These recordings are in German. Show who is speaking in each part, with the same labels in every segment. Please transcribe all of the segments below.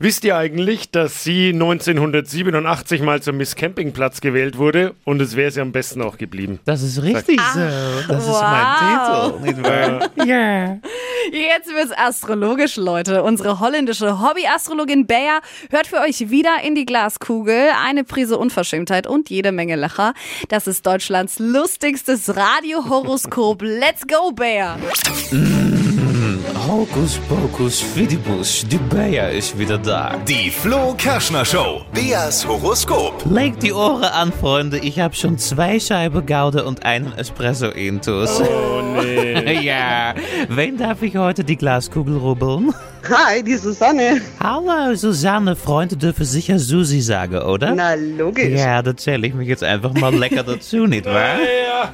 Speaker 1: Wisst ihr eigentlich, dass sie 1987 mal zum Miss Campingplatz gewählt wurde und es wäre sie am besten auch geblieben?
Speaker 2: Das ist richtig so. Das
Speaker 3: wow.
Speaker 2: ist mein Titel. Nicht
Speaker 1: Äh,
Speaker 2: wahr? Ja.
Speaker 3: Jetzt wird's astrologisch, Leute. Unsere holländische Hobby-Astrologin Bea hört für euch wieder in die Glaskugel eine Prise Unverschämtheit und jede Menge Lacher. Das ist Deutschlands lustigstes Radiohoroskop. Let's go, Bea!
Speaker 2: Hokus Pokus Fidibus, die Bayer ist wieder da.
Speaker 4: Die Flo Kerschner Show. Beas Horoskop.
Speaker 2: Legt die Ohren an, Freunde. Ich habe schon zwei Scheiben Gouda und einen Espresso Intus.
Speaker 1: Oh nee.
Speaker 2: Ja, wen darf ich heute die Glaskugel rubbeln?
Speaker 5: Hi, die Susanne.
Speaker 2: Hallo Susanne, Freunde dürfen sicher Susi sagen, oder?
Speaker 5: Na, logisch.
Speaker 2: Ja, da zähle ich mich jetzt einfach mal lecker dazu, nicht wahr?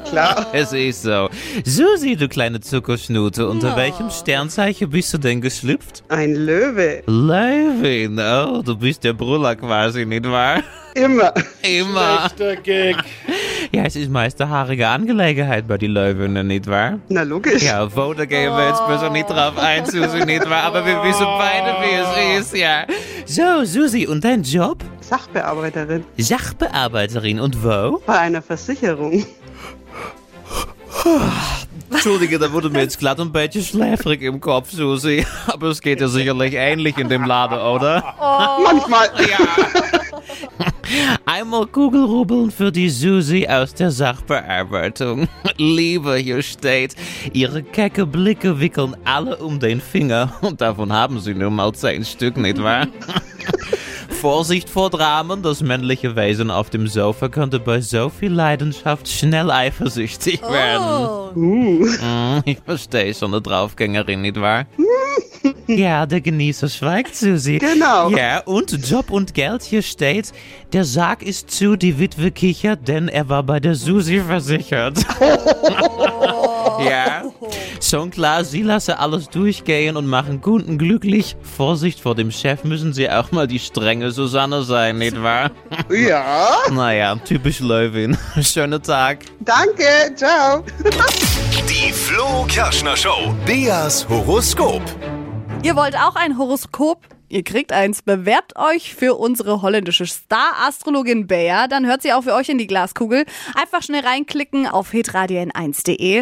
Speaker 5: Klar.
Speaker 2: Es ist so. Susi, du kleine Zuckerschnute, unter welchem Sternzeichen bist du denn geschlüpft?
Speaker 5: Ein Löwe.
Speaker 2: Löwin, oh, du bist der Brüller quasi, nicht wahr?
Speaker 5: Immer.
Speaker 2: Immer.
Speaker 1: Der Gag.
Speaker 2: Ja, es ist meist eine haarige Angelegenheit bei den Löwinnen, nicht wahr?
Speaker 5: Na, logisch.
Speaker 2: Ja, wo, da gehen wir jetzt besser nicht drauf ein, Susi, nicht wahr? Aber wir wissen beide, wie es ist, ja. So, Susi, und dein Job?
Speaker 5: Sachbearbeiterin.
Speaker 2: Sachbearbeiterin. Und wo?
Speaker 5: Bei einer Versicherung.
Speaker 2: Entschuldige, da wurde mir jetzt glatt ein bisschen schläfrig im Kopf, Susi. Aber es geht ja sicherlich ähnlich in dem Laden, oder?
Speaker 5: Manchmal.
Speaker 2: Einmal Kugelrubbeln für die Susi aus der Sachbearbeitung. Liebe, hier steht, ihre kecke Blicke wickeln alle um den Finger. Und davon haben sie nur mal zehn Stück, nicht wahr? Vorsicht vor Dramen, das männliche Wesen auf dem Sofa könnte bei so viel Leidenschaft schnell eifersüchtig werden.
Speaker 3: Oh.
Speaker 2: Mm, Ich verstehe schon, eine Draufgängerin, nicht wahr? Ja, der Genießer schweigt, Susi.
Speaker 5: Genau.
Speaker 2: Ja, und Job und Geld hier steht, der Sarg ist zu, die Witwe kichert, denn er war bei der Susi versichert. ja. Schon klar, sie lassen alles durchgehen und machen Kunden glücklich. Vorsicht vor dem Chef müssen sie auch mal die strenge Susanne sein, nicht wahr?
Speaker 5: Ja.
Speaker 2: naja, typisch Löwin. Schönen Tag.
Speaker 5: Danke. Ciao.
Speaker 4: Die Flo Kerschner Show. Beas Horoskop.
Speaker 3: Ihr wollt auch ein Horoskop? Ihr kriegt eins. Bewerbt euch für unsere holländische Star-Astrologin Bea. Dann hört sie auch für euch in die Glaskugel. Einfach schnell reinklicken auf hitradien1.de.